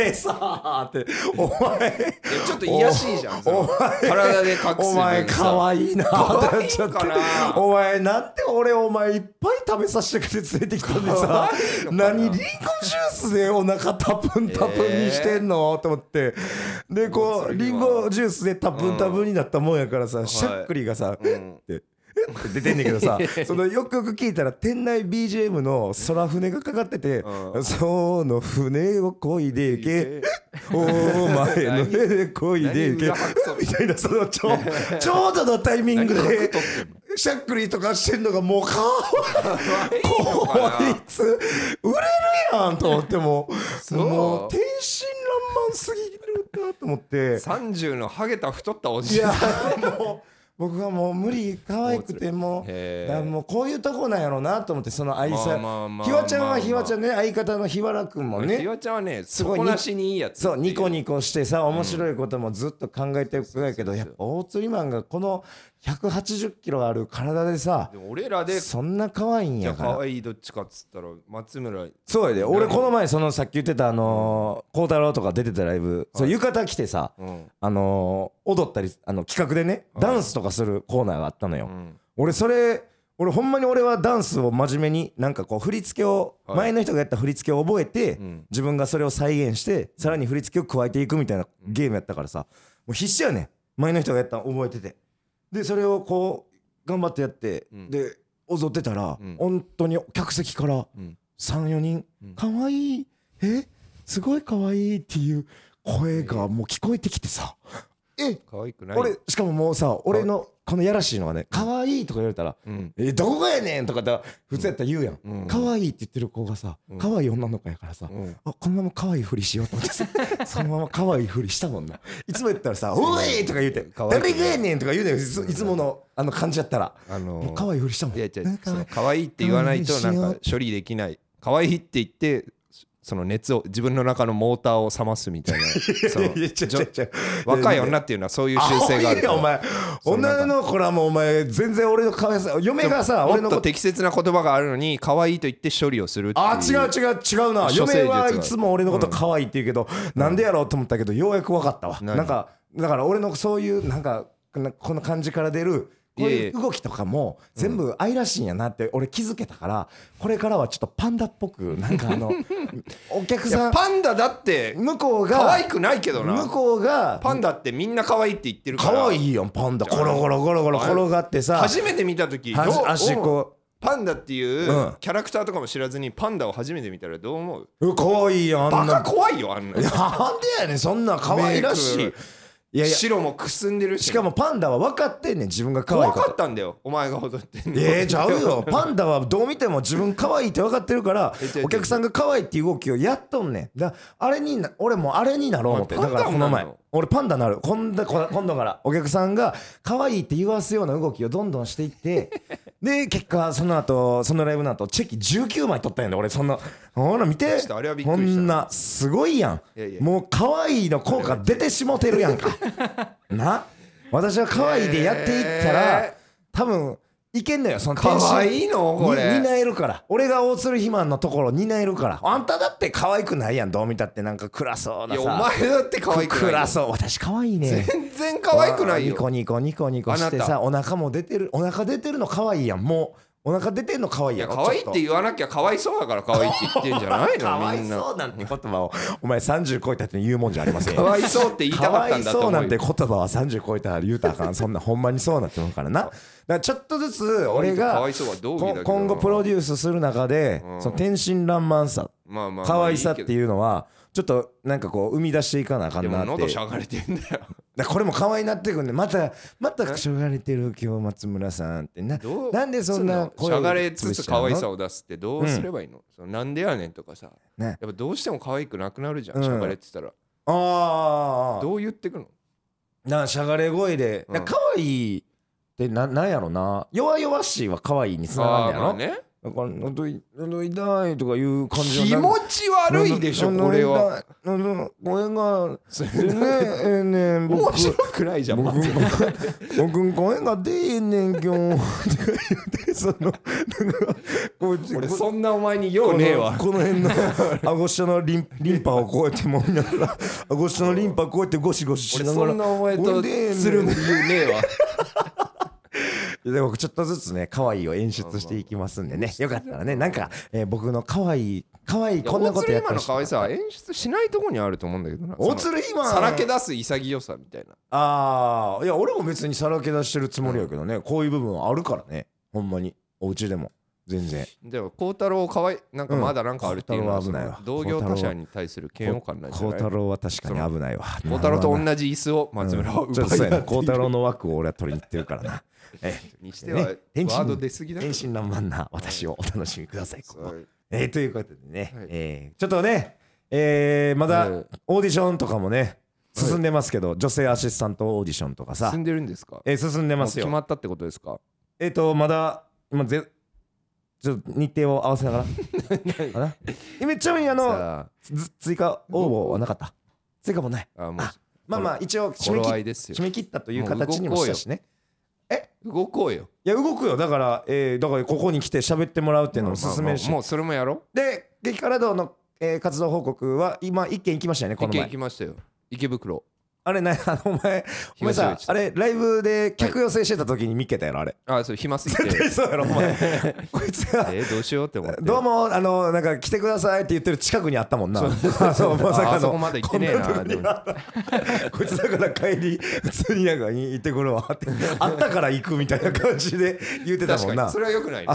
B: お前さ」って「お前
A: えちょっと癒やしいじゃんその
B: お前
A: 体で隠すのにさ
B: お前可愛いなってなっちゃって
A: 可愛いかな
B: お前なんて俺お前いっぱい食べさせてくれて連れてきたんでさ何リンゴジュースでお腹たぷんたぷんにしてんの、と思ってでこうリンゴジュースでたぷんたぷんになったもんやからさ、しゃっくりがさ、ってって出てんねんけどさそのよくよく聞いたら店内 BGM の空船がかかってて「その船をこいでいけ」「お前の船でこいでいけ
A: 何裏拍」
B: みたいなその ちょうちょうどのタイミングでしゃっくりとかしてんのがもう顔こいつ売れるやんと思ってもう
A: う
B: もう天真爛漫すぎるなと思って。
A: 30のハゲた太ったお
B: い
A: じい
B: やもう僕はもう無理可愛くても
A: へ
B: う
A: ー
B: だからもうこういうとこなんやろうなと思ってその愛
A: ま
B: さ
A: あまあまあ
B: ひわちゃんはひわちゃんね相方のひわらくんも
A: ひ
B: ね
A: わちゃんはね
B: す
A: す
B: ごい
A: ごいなしにいいやつ
B: そうニコ
A: ニ
B: ニコしてさ面白いこともずっと考えてる子やけどやっぱ大釣りマンがこの180キロある体でさ
A: でも俺らで
B: そんな可愛いん
A: じゃ
B: や
A: あ
B: から
A: 可愛いどっちかっつったら松村
B: そうやで俺この前そのさっき言ってたあのー孝太郎とか出てたライブそう浴衣着てさ
A: うん
B: あのー踊ったりあの企画でねダンスとかするコーナーがあったのよ、
A: うん
B: 俺それ俺ほんまに俺はダンスを真面目になんかこう振り付けを
A: はい
B: 前の人がやった振り付けを覚えて
A: ん
B: 自分がそれを再現してさらに振り付けを加えていくみたいなゲームやったからさもう必死やねん前の人がやったの覚えててでそれをこう頑張ってやって
A: うん
B: で踊ってたら
A: うん
B: 本当に客席から
A: うん
B: 34人
A: うん
B: 「かわいいえすごいかわいい」っていう声がもう聞こえてきてさえ
A: 可愛くない
B: 俺しかももうさ俺のこのやらしいのがね「かわいい」とか言われたら「
A: うん
B: えどこがやねん!」とかだ普通やったら言うやん
A: うんうん
B: 「かわいい」って言ってる子がさ
A: うん
B: 可愛い女の子やからさ
A: うん
B: あこのまま可愛いふりしようと思って さそのまま可愛いふりしたもんないつもやったらさ「おい!」とか言うて「
A: 可愛い
B: 誰がやねん!」とか言うねんいついつものあの感じやったら
A: あのー
B: もう可愛いふりしたもん
A: いやじゃ
B: うん可愛い
A: 可愛いって言わないと
B: 可
A: な
B: 愛いしようん
A: か処理できない可愛いって言ってその熱を自分の中のモーターを冷ますみたいなその
B: いやちょちょちょ
A: 若い女っていうのはそういう習
B: 青
A: 性があ
B: い
A: る
B: よお前
A: そうなんか
B: 女の子らもお前全然俺の可愛さ嫁がさ俺
A: も
B: の
A: っ
B: こと
A: と適切な言葉があるのに可愛いと言って処理をするっていう
B: あ違う違う違うな
A: 処世術
B: 嫁
A: があ
B: は
A: る
B: いつも俺のこと可愛いって言うけど、なんでやろうと思ったけどようやく分かったわ
A: 何
B: なんかだから俺のそういうなんかなこの感じから出るこう
A: いえい
B: い
A: え
B: う動きとかも全部愛らしいんやなって俺気づけたからこれからはちょっとパンダっぽくなんかあ のお客
A: いや
B: さん
A: パンダだって
B: 向こうが
A: 可愛くないけどな
B: 向こうが
A: パンダってみんな可愛いって言ってるから
B: 可愛いやんパンダゴロゴロゴロゴロ転がってさ
A: 初めて見た時
B: は
A: どう
B: 足こ
A: パンダっていう
B: うん
A: キャラクターとかも知らずにパンダを初めて見たらどう思う
B: うう可愛いやんあんな
A: バカ怖いよあんない
B: やなんでやねんそんな可愛らし
A: メ
B: い
A: イク
B: いやいや
A: 白もくすんでるし
B: しかもパンダは分かってんねん自分が可愛
A: 怖
B: いこ
A: かっ
B: と
A: たんだよお前が踊ってんの
B: えー、ちゃうよパンダはどう見ても自分可愛いって分かってるから
A: え違う違う
B: お客さんが可愛いっていう動きをやっとんねんだあれにな俺もうあれになろう思って
A: お前
B: だからこ
A: パ
B: の
A: ンダもな
B: 前
A: んの
B: 俺パンダなる今度こ今度からお客さんが可愛いって言わすような動きをどんどんしていって で結果その後そのライブの後チェキ19枚取ったんやで俺そんなほら見て
A: ちょっとあれはびっく
B: こ
A: りした
B: んなすごいやん
A: いやいや
B: もう可愛いの効果出てしもてるやんかな私は可愛いでやっていったら、
A: え
B: 多分いけんのよその
A: 可愛いのこれ
B: に担えるから俺が大鶴肥満のところ担えるからあんただって可愛くないやんどう見たってなんか暗そう
A: い
B: な
A: や
B: さ
A: お前だって可愛くないよ
B: 暗そう私可愛いね
A: 全然可愛くない
B: ニコ
A: よ
B: ニコニコニコして
A: あな
B: さお腹も出てるお腹出てるの可愛いやんもうお腹出てるの可愛い
A: い
B: や
A: や
B: ん
A: 可愛いって言わなきゃ可哀想だから可愛いって言ってんじゃない
B: 可
A: のみ
B: 哀
A: んな
B: 想なんて言葉をお前30超えたって言うもんじゃありませんよ
A: 可哀想って言いたかったんだと思う
B: かわいそうなんて
A: よ
B: 言葉は30超えたら言うたらあかんそんなほんまにそうなって思うからなだからちょっとずつ俺が
A: 可哀想は道義だけど
B: こ
A: な
B: 今後プロデュースする中で
A: うん
B: その天真爛漫さ
A: まあまあ
B: 可愛さって
A: う
B: いうのはちょっとなんかこう生み出していかなあか
A: で
B: んな
A: も
B: っ
A: 喉
B: て
A: しゃがれてんだよ
B: だからこれも可愛いなってくんでまたまたしょがれてる今日松村さんってな
A: どう
B: なんでそんな
A: し
B: 声
A: ゃ
B: を
A: がれつつ可愛さ
B: を
A: を出すってどうすればいいの,、そのなんでやねんとかさ、
B: ね
A: やっぱどうしても可愛くなくなるじゃん、
B: うん
A: しゃがれてたら
B: ああ
A: どう言ってくの
B: なしゃがれ声で、
A: うん
B: 可愛いってななんやろな弱々しいは可愛いにつなが
A: あ
B: ん
A: ー
B: だ
A: まあ
B: よな、
A: ね
B: なんか喉い喉痛いとかいう感じ
A: 気持ち悪いでしょこれは
B: これが
A: それ
B: えねええね僕
A: 面白くないじゃん
B: 僕
A: 待って
B: 僕声が出えんねん今日とか言ってそのなんかこう
A: 俺そんなお前に用ねえわ
B: このこの辺の顎下のリンリンパをこうやって揉みながら顎下のリンパこうやってゴシゴシし
A: 俺
B: ながら
A: そんなお前と
B: 俺出えんねん
A: つるむ言うねえわ
B: いやでもちょっとずつね可愛いを演出していきますんでねよかったらねなんか、えー僕の可愛い可愛いこんなことや
A: 大鶴
B: っ
A: 今の
B: てほしい
A: 可愛さは演出しないとこにあると思うんだけどな
B: 大鶴今
A: さらけ出す潔さみたいな
B: ああいや俺も別にさらけ出してるつもりやけどね、こういう部分はあるからねほんまにお家でも全然
A: でも孝太郎可愛いなんかまだなんかあるっていうのは,、
B: うん孝太郎は危ないわ
A: 同業他社に対する嫌悪感なんじゃ
B: 孝
A: ない
B: 太郎は確かに危ないわ
A: 孝太郎と同じ椅子を松村は
B: ちょっ
A: 奪
B: と
A: い
B: そ
A: 合って
B: うや
A: い
B: な
A: る
B: 孝 太郎の枠を俺は取りに行ってるからなえ
A: にしてはワ
B: ね天津
A: ード出過ぎだ
B: 天真爛漫な私をお楽しみくださいここ
A: はい
B: えーということでね、
A: はい
B: えーちょっとね、えーまだ
A: はい
B: オーディションとかもね進んでますけど、女性アシスタントオーディションとかさ
A: 進、んでるんですか
B: えー進んで
A: も
B: ま
A: う
B: す
A: 決
B: よ
A: まったってことですか
B: えっ、と、まだ、今ぜ、ちょっと日程を合わせなが ら。かな今ちなみに、あの、
A: さ
B: ず追加応募はなかった。追加もない。
A: ああも
B: あまあまあ、一応
A: う
B: 締め
A: 頃合
B: 切
A: い
B: っ
A: ですよ
B: 締め切ったという形にもしたしね。
A: 動こうよ
B: いや、動くよ。だから、えーだからここに来て喋ってもらうっていうの
A: ま
B: を
A: あまあまあ
B: 勧めるし。
A: もうそれもやろ
B: で、激辛道の、えー活動報告は、今、一件行きましたよね、
A: う
B: こ
A: 一
B: の
A: 軒行
B: 前
A: き。ましたよ池袋
B: あれ、な、あの、お前、お前
A: 東口
B: さ、あれ、ライブで客寄せしてた時に見っけたやろ、あれ。
A: あそう暇すぎ て
B: そうやろ、お前。 こいつが、
A: えーどうしようって思って
B: どうも、あの、なんか来てくださいって言ってる近く にあったもんな。そう、まさ
A: あ
B: か
A: あそ
B: の。
A: こまで行ってねえな
B: こんとこにあったこいつだから帰り、普通になんか行ってくるわって、あったから行くみたいな感じで言ってた
A: 確か
B: もん
A: に
B: な
A: そ。れはよくないね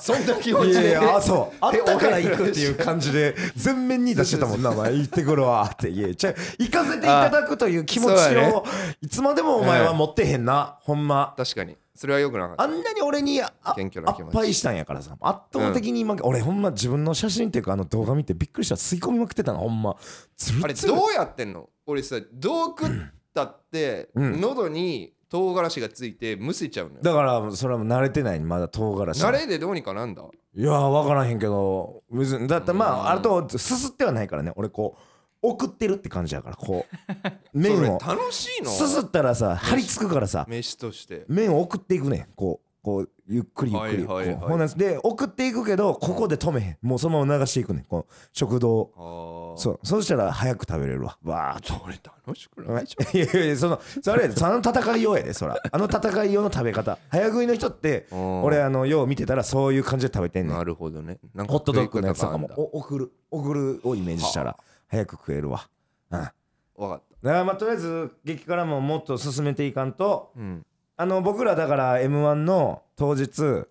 A: そんな気持
B: い
A: ち
B: やい
A: で
B: や、あ、そう、あったから行くっていう感じで、全面に出してたもんな、お前、行ってくるわって、いや、じゃあ行かせていただくという気持
A: あそう
B: ち
A: やね
B: を、いつまでもお前は持ってへんな、ほんま。
A: 確かにそれはよくなかった
B: あんなに俺にああ
A: 謙虚な気
B: っ
A: 持ち
B: ぱいしたんやからさ圧倒的に今、俺ほんま自分の写真っていうかあの動画見てびっくりした吸い込みまくってたのほんまつ
A: あ
B: る
A: れ
B: つる
A: どうやってんの俺さどう食ったって
B: うん
A: 喉に唐辛子がついてむせちゃうのよ
B: だからそれはもう慣れてないまだ唐辛子
A: 慣れでどうにかなんだ
B: いやー分からへんけど別にだってまああれとすすってはないからね俺こう送ってるって感じやからこ う
A: それ
B: 麺を
A: 楽しいの
B: すすったらさ張り付くからさ
A: 飯として
B: 麺を送っていくねんこうこうゆっくりゆっくりこ
A: は
B: う
A: いはいはい
B: ほんなんですで送っていくけどここで止めへんもうそのまま流していくねんこう食堂を
A: あー
B: そう、そうしたら早く食べれるわ。わーっ
A: 俺楽しく
B: と。
A: ないじ
B: いや いやいや、その、それ、その戦いようやで、そら。あの戦いようの食べ方。早食いの人って、
A: ゃん
B: 俺、あの、よう見てたら、そういう感じで食べてんねん。
A: なるほどねなんか
B: ホットドッグのやつとか
A: 食い
B: も
A: 方、が
B: お送る、送るをイメージしたら、早く食えるわ。うん。だか
A: あんだわかっ
B: ら、まあ、とりあえず、激辛ももっと進めていかんと、
A: たうん
B: あの、僕らだから、M1 の当日、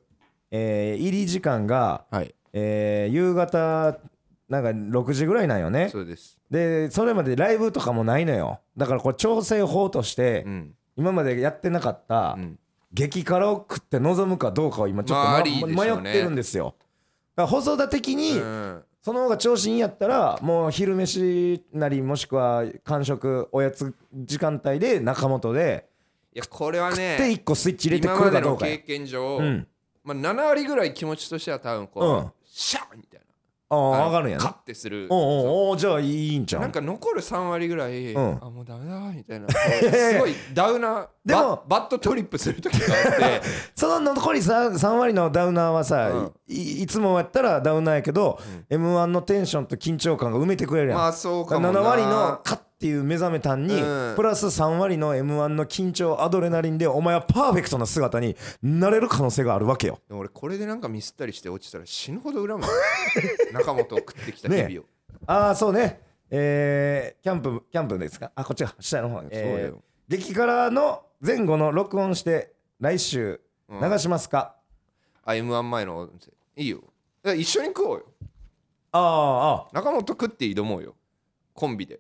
B: えー入り時間が、
A: はい
B: えー夕方なんか6時ぐらいなんよね
A: そうです、
B: でそれまでライブとかもないのよだからこれ調整法として、
A: うん
B: 今までやってなかった、
A: うん
B: 激辛を食って望むかどうかを今ちょっと、
A: まあ
B: ま
A: ありでしょうね
B: 迷ってるんですよだから細田的に、
A: うん
B: その方が調子いいんやったらもう昼飯なりもしくは間食おやつ時間帯で中本で
A: いやこれは
B: 食って
A: ね
B: 1個スイッチ入れて
A: 今
B: く
A: ま
B: る
A: で
B: かど
A: の
B: うかや
A: 経験上、
B: うん
A: まあ、7割ぐらい気持ちとしては多分こう、
B: うん
A: シャーみたいな
B: あ
A: あの
B: あ分かるんや
A: カ
B: な
A: ッてする
B: おうおうおうじゃあいいんちゃ
A: なん
B: う
A: か残る3割ぐらい、
B: うん
A: あもうダメだみたい なすごいダウナー
B: でも
A: ババッドトリップする時があ って
B: その残り 3, 3割のダウナーはさ、
A: うん
B: いいつもやったらダウナーやけど、m 1のテンションと緊張感が埋めてくれるやん、
A: まあそうかもな
B: 7割の「か」っていう目覚めたんに、
A: うん
B: プラス3割の m 1の緊張アドレナリンでお前はパーフェクトな姿になれる可能性があるわけよ
A: でも俺これでなんかミスったりして落ちたら死ぬほど 恨む中本を食ってきた日々を、
B: ねああそうねえーキャンプキャンプですかあこっちが下の方
A: そうよ
B: えー激辛の前後の録音して来週
A: うん
B: 流しますか、
A: あ M1 前のいいよいや一緒に食おうよ
B: ああああ
A: 中本食って挑もうよコンビで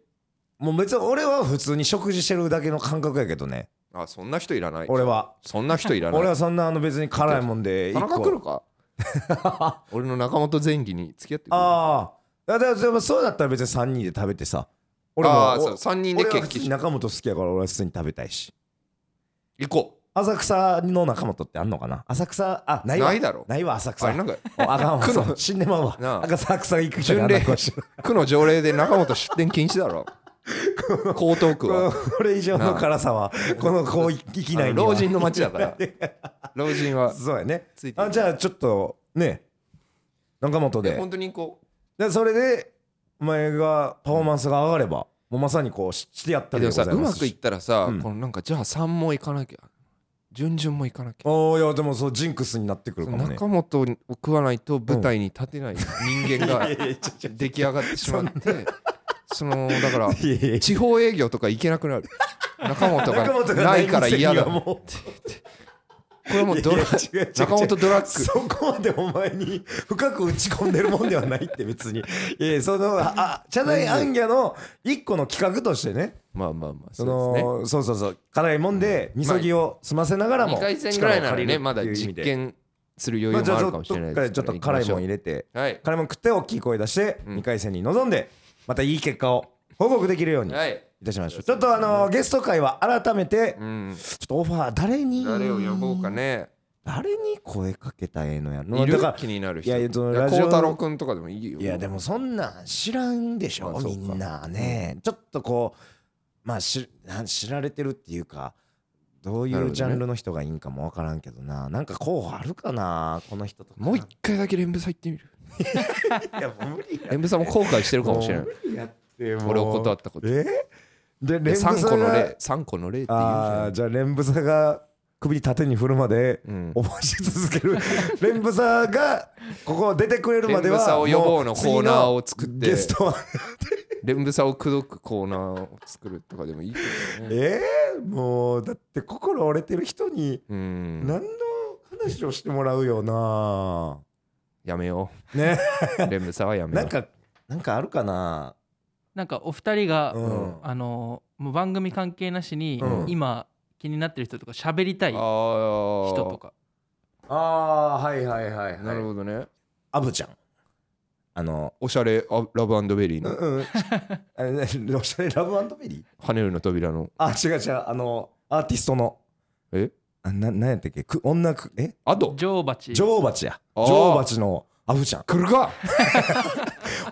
B: もう別に俺は普通に食事してるだけの感覚やけどね
A: あそんな人いらない
B: 俺は
A: そんな人いらない
B: 俺はそんなあの別に辛いもんで
A: 田
B: 一
A: 中
B: 個
A: 来るか 俺の中本前儀に付き合ってくれる
B: ああだからでもそうだったら別に3人で食べてさ俺も
A: あーそう
B: お
A: 3人で
B: 俺は
A: 決
B: 普
A: 起
B: 通に
A: し
B: 中本好きやから俺は普通に食べたいし
A: 行こ
B: 浅草の中本ってあんのかな浅草あないわ
A: ないだろ
B: ないわ浅
A: う
B: 草
A: あれなんか
B: おあかんわ
A: 区の
B: そう死んでまう
A: なあ
B: わ浅草行く人に
A: 巡
B: あんな
A: 礼
B: 顔してる
A: 区の条例で中本出店禁止だ ろ江東区は
B: これ以上の辛さはこのこうい生きな
A: あ
B: いに
A: の
B: は
A: 老人の町だから 老人は
B: そうやね
A: ついてる
B: あじゃあちょっとね中本で
A: 本当にこう
B: でそれでお前がパフォーマンスが上がればもうまさにこうししてやった
A: え
B: り
A: で
B: で
A: もさ
B: ございうま
A: ますくいっ
B: した
A: らさ、
B: うん
A: このなんかじゃあ3も行かなきゃ順々も行かなきゃ
B: おーいやでもそうジンクスになってくるかもね
A: 中本を食わないと舞台に立てない人間が出来上がってしまって そのだから
B: いやいや
A: 地方営業とか行けなくなる中本
B: 中本
A: が
B: が
A: ないから嫌だ
B: ない店には
A: こ
B: もう
A: れはもうドラ
B: いやいや違う違う違う
A: 中本ドラッグ
B: そこまでお前に深く打ち込んでるもんではないって別にいやいやそのあ社内暗夜の一個の企画としてね
A: まあまあまあ
B: そ
A: そうですね
B: のそうそうそう辛いもんでみそぎを済ませながらも
A: 2回戦ぐらいならねまだ
B: 力を借りる
A: 実
B: っていう意味で
A: 験する
B: まあ
A: 余
B: じ
A: 裕もあ
B: ゃあち
A: る
B: ょ
A: かも
B: っ
A: し
B: と
A: れない
B: か
A: で
B: ら
A: す
B: ちょっと辛いもん入れて
A: はい
B: 辛いもん食って大きい声出して
A: うん
B: 2回戦に臨んでまたいい結果を報告できるように
A: はいい
B: たしましょうちょっとあのーゲスト会は改めて
A: うん
B: ちょっとオファー誰に
A: 誰を呼ぼうかね
B: 誰に声かけたらええのやろ
A: いる
B: だから
A: 気になる人
B: いやいやそのラジ
A: 孝
B: オ
A: 太郎くんとかでもいいよ
B: いやでもそんなん知らんでしょ
A: あそう
B: み
A: か
B: んなねちょっとこうまあ知なん知られてるっていうかどうい
A: なるほど
B: う
A: ね
B: ジャンルの人がいいんかもわからんけどななんか候補あるかなこの人とか
A: もう一回だけ連部さん行ってみる
B: いや無理
A: 連部さんも後悔してるかもしれない
B: やってもう
A: 俺を断ったこと
B: えで連部
A: 3
B: 座
A: 個の
B: が
A: 例3個の例っていうじ
B: あ
A: ゃ
B: ー
A: ん
B: じゃあ連部座が首縦に振るまで
A: うん
B: 覚えし続ける 連部座がここ出てくれるまで
A: 連
B: は
A: 部座を呼ぼうの
B: も次
A: コーナーを作って
B: ゲストは
A: 連部さんを口説くコーナーを作るとかでもいいけどね
B: えー、もうだって心折れてる人に
A: うん
B: 何の話をしてもらうよな
A: やめよ
B: ね
A: う連部さんはやめ
B: な
A: よ
B: ん
A: う
B: かなんかあるかな
C: なんかお二人が、
B: うん
C: あのもう番組関係なしに、
B: うん
C: 今気になってる人とか喋りたい
A: あ
C: 人
A: ー
C: とか
B: あーはいはいはいはい
A: なるほどね
B: アブちゃんあの
A: おしゃれあラブベリー
B: うん
A: の
B: うん あれねロシアラブベリー
A: 跳ねるの扉の
B: あ、違う違う、あの、アーティストの。
A: え
B: あな、なんやったっけく女く、え
A: アド
C: 女王蜂
B: 女王蜂や。
A: あー
B: 女王蜂のアフちゃん。
A: 来るか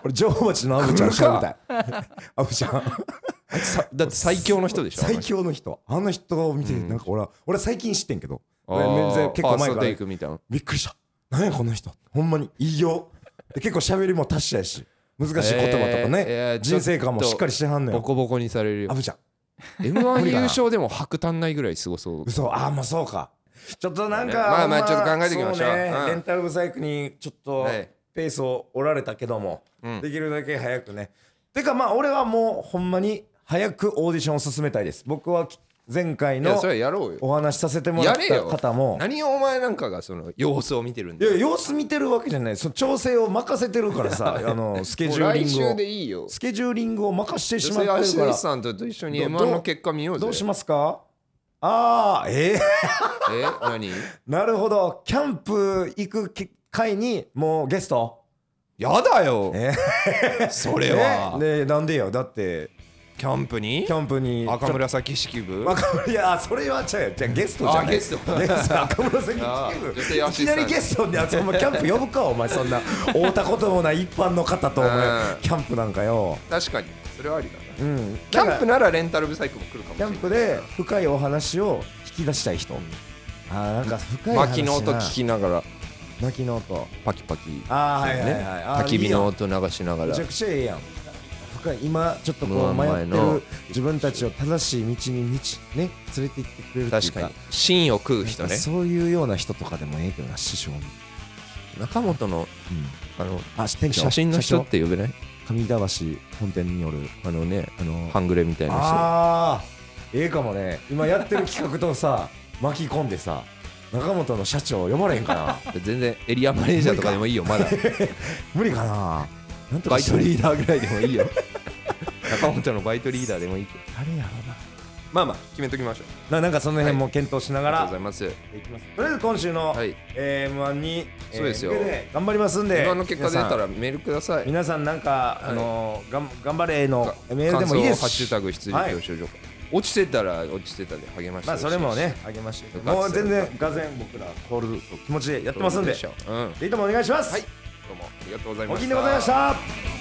B: 俺、女王蜂のアフちゃん
A: 来る
B: 調
A: か
B: べたい。 アフちゃん。
A: あいつさだって最強の人でしょ
B: 最強の人。あの人を見て、なんか俺は、俺は最近知ってんけど、
A: あの人
B: 俺結構前
A: ファースト
B: から
A: テイクみたいな
B: びっくりした。なんやこの人。ほんまに異様。で、結構喋りも達者やし、難しい言葉
A: え
B: とかね、
A: ーえー
B: 人生観もしっかりしてはんの
A: ボ
B: よ。
A: コボコにされるよ
B: アフちゃん。
A: M1 優勝でも白炭ないぐらいすごそう
B: 嘘ああまあそうかちょっとなんか、
A: ねまあまあ
B: ん
A: ちょっと考えていきましょう
B: そね
A: うん
B: レンタルブサイクにちょっと
A: はい
B: ペースを折られたけども、
A: うん
B: できるだけ早くねてかまあ俺はもうほんまに早くオーディションを進めたいです僕はき前回
A: いや
B: の
A: それはやろうよ
B: お話しさせてもらっ
A: やれ
B: た
A: よ
B: 方も
A: 何をお前なんかがその様子を見てるん
B: い
A: だ
B: や
A: よ
B: 様子見てるわけじゃないその調整を任せてるか らさあのスケ
A: もう
B: ジューリ
A: 来
B: ン
A: 週
B: グ
A: で
B: を
A: いいよ
B: スケジューリングを任してし
A: そ
B: まっ
A: れア
B: て
A: シ
B: る
A: ス
B: か
A: タントさ
B: ら
A: んと一緒に
B: ど
A: M1 の結果見ようぜ
B: どうしますかああええ
A: え何
B: なるほどキャンプ行く機会にもうゲスト
A: やだよ
B: え
A: それは
B: ねねなんでよだって
A: キャンプに
B: キャンプに
A: 赤紫式部
B: わかるいやそれは違うよじゃあゲストじゃ
A: あ
B: ない
A: ゲスト
B: ゲスト赤紫
A: あー女性
B: い
A: アシスタ
B: きな
A: ント
B: りゲストにあそんなキャンプ呼ぶかお前そんな会うたこともない一般の方とお前
A: うん
B: キャンプなんかよ
A: 確かにそれはありだな
B: うん
A: キャンプ
B: だから
A: ならレンタルブサイクも来るかもし
B: キ
A: れな
B: ャ
A: い
B: ンプで深いお話を引き出したい人あーなんか深い話
A: 薪の音聞きながら
B: マキの音
A: パキパキ
B: あーはいはいはいあー
A: 焚き火の音流しなが
B: め
A: ら
B: ちゃくちゃええやん深い今ちょっとこう
A: 無
B: 迷
A: 案
B: っ
A: 前
B: て
A: の
B: る自分たちを正しい道に道ね連れて行ってくれるっていう
A: 確かに芯を食う人ね
B: そういうような人とかでもええけどな師匠に、
A: 中本のあの
B: あ店長
A: 写真の人っ
B: 社
A: て呼べない
B: 長上田橋本店による
A: あのね
B: あの
A: 半グレみたいな
B: あーええかもね今やってる企画とさ 巻き込んでさ中本の社長呼ばれへんか な
A: 人全然エリアマネージャーとかでもいいよまだ
B: 無理かななんと
A: バ
B: か
A: イ
B: し
A: トリーダーぐらいでもいい よ中本のバイトリーダーでもいいけど
B: あれやろ
A: まあまあ決めときましょう
B: なななんかその辺も検討しな
A: あ
B: が
A: りが
B: ら、
A: とうございます
B: いきますとりあえず今週の、
A: はい
B: えー M1 に、えー
A: そうですよ
B: 向けて頑張りますんで
A: 今の結果出た
B: 皆さ
A: らメールくださ
B: ん
A: い
B: 皆さんなんか、
A: い
B: あのーがん頑張れの
A: か
B: メールでもいいで
A: 感
B: すし
A: 想ハッシュタグ羊
B: はい
A: 教習所落ちてたら落ちてたで励まして
B: まあ
A: ほしい
B: それもねあげましょ
A: 部
B: う
A: 活生
B: もう全然がぜん僕らコールド気持ちでやってますんで
A: そうしょううん
B: ぜひともお願いします、
A: はいどうもありがとうござい
B: お
A: ま
B: き
A: し
B: んでご
A: た
B: ざいました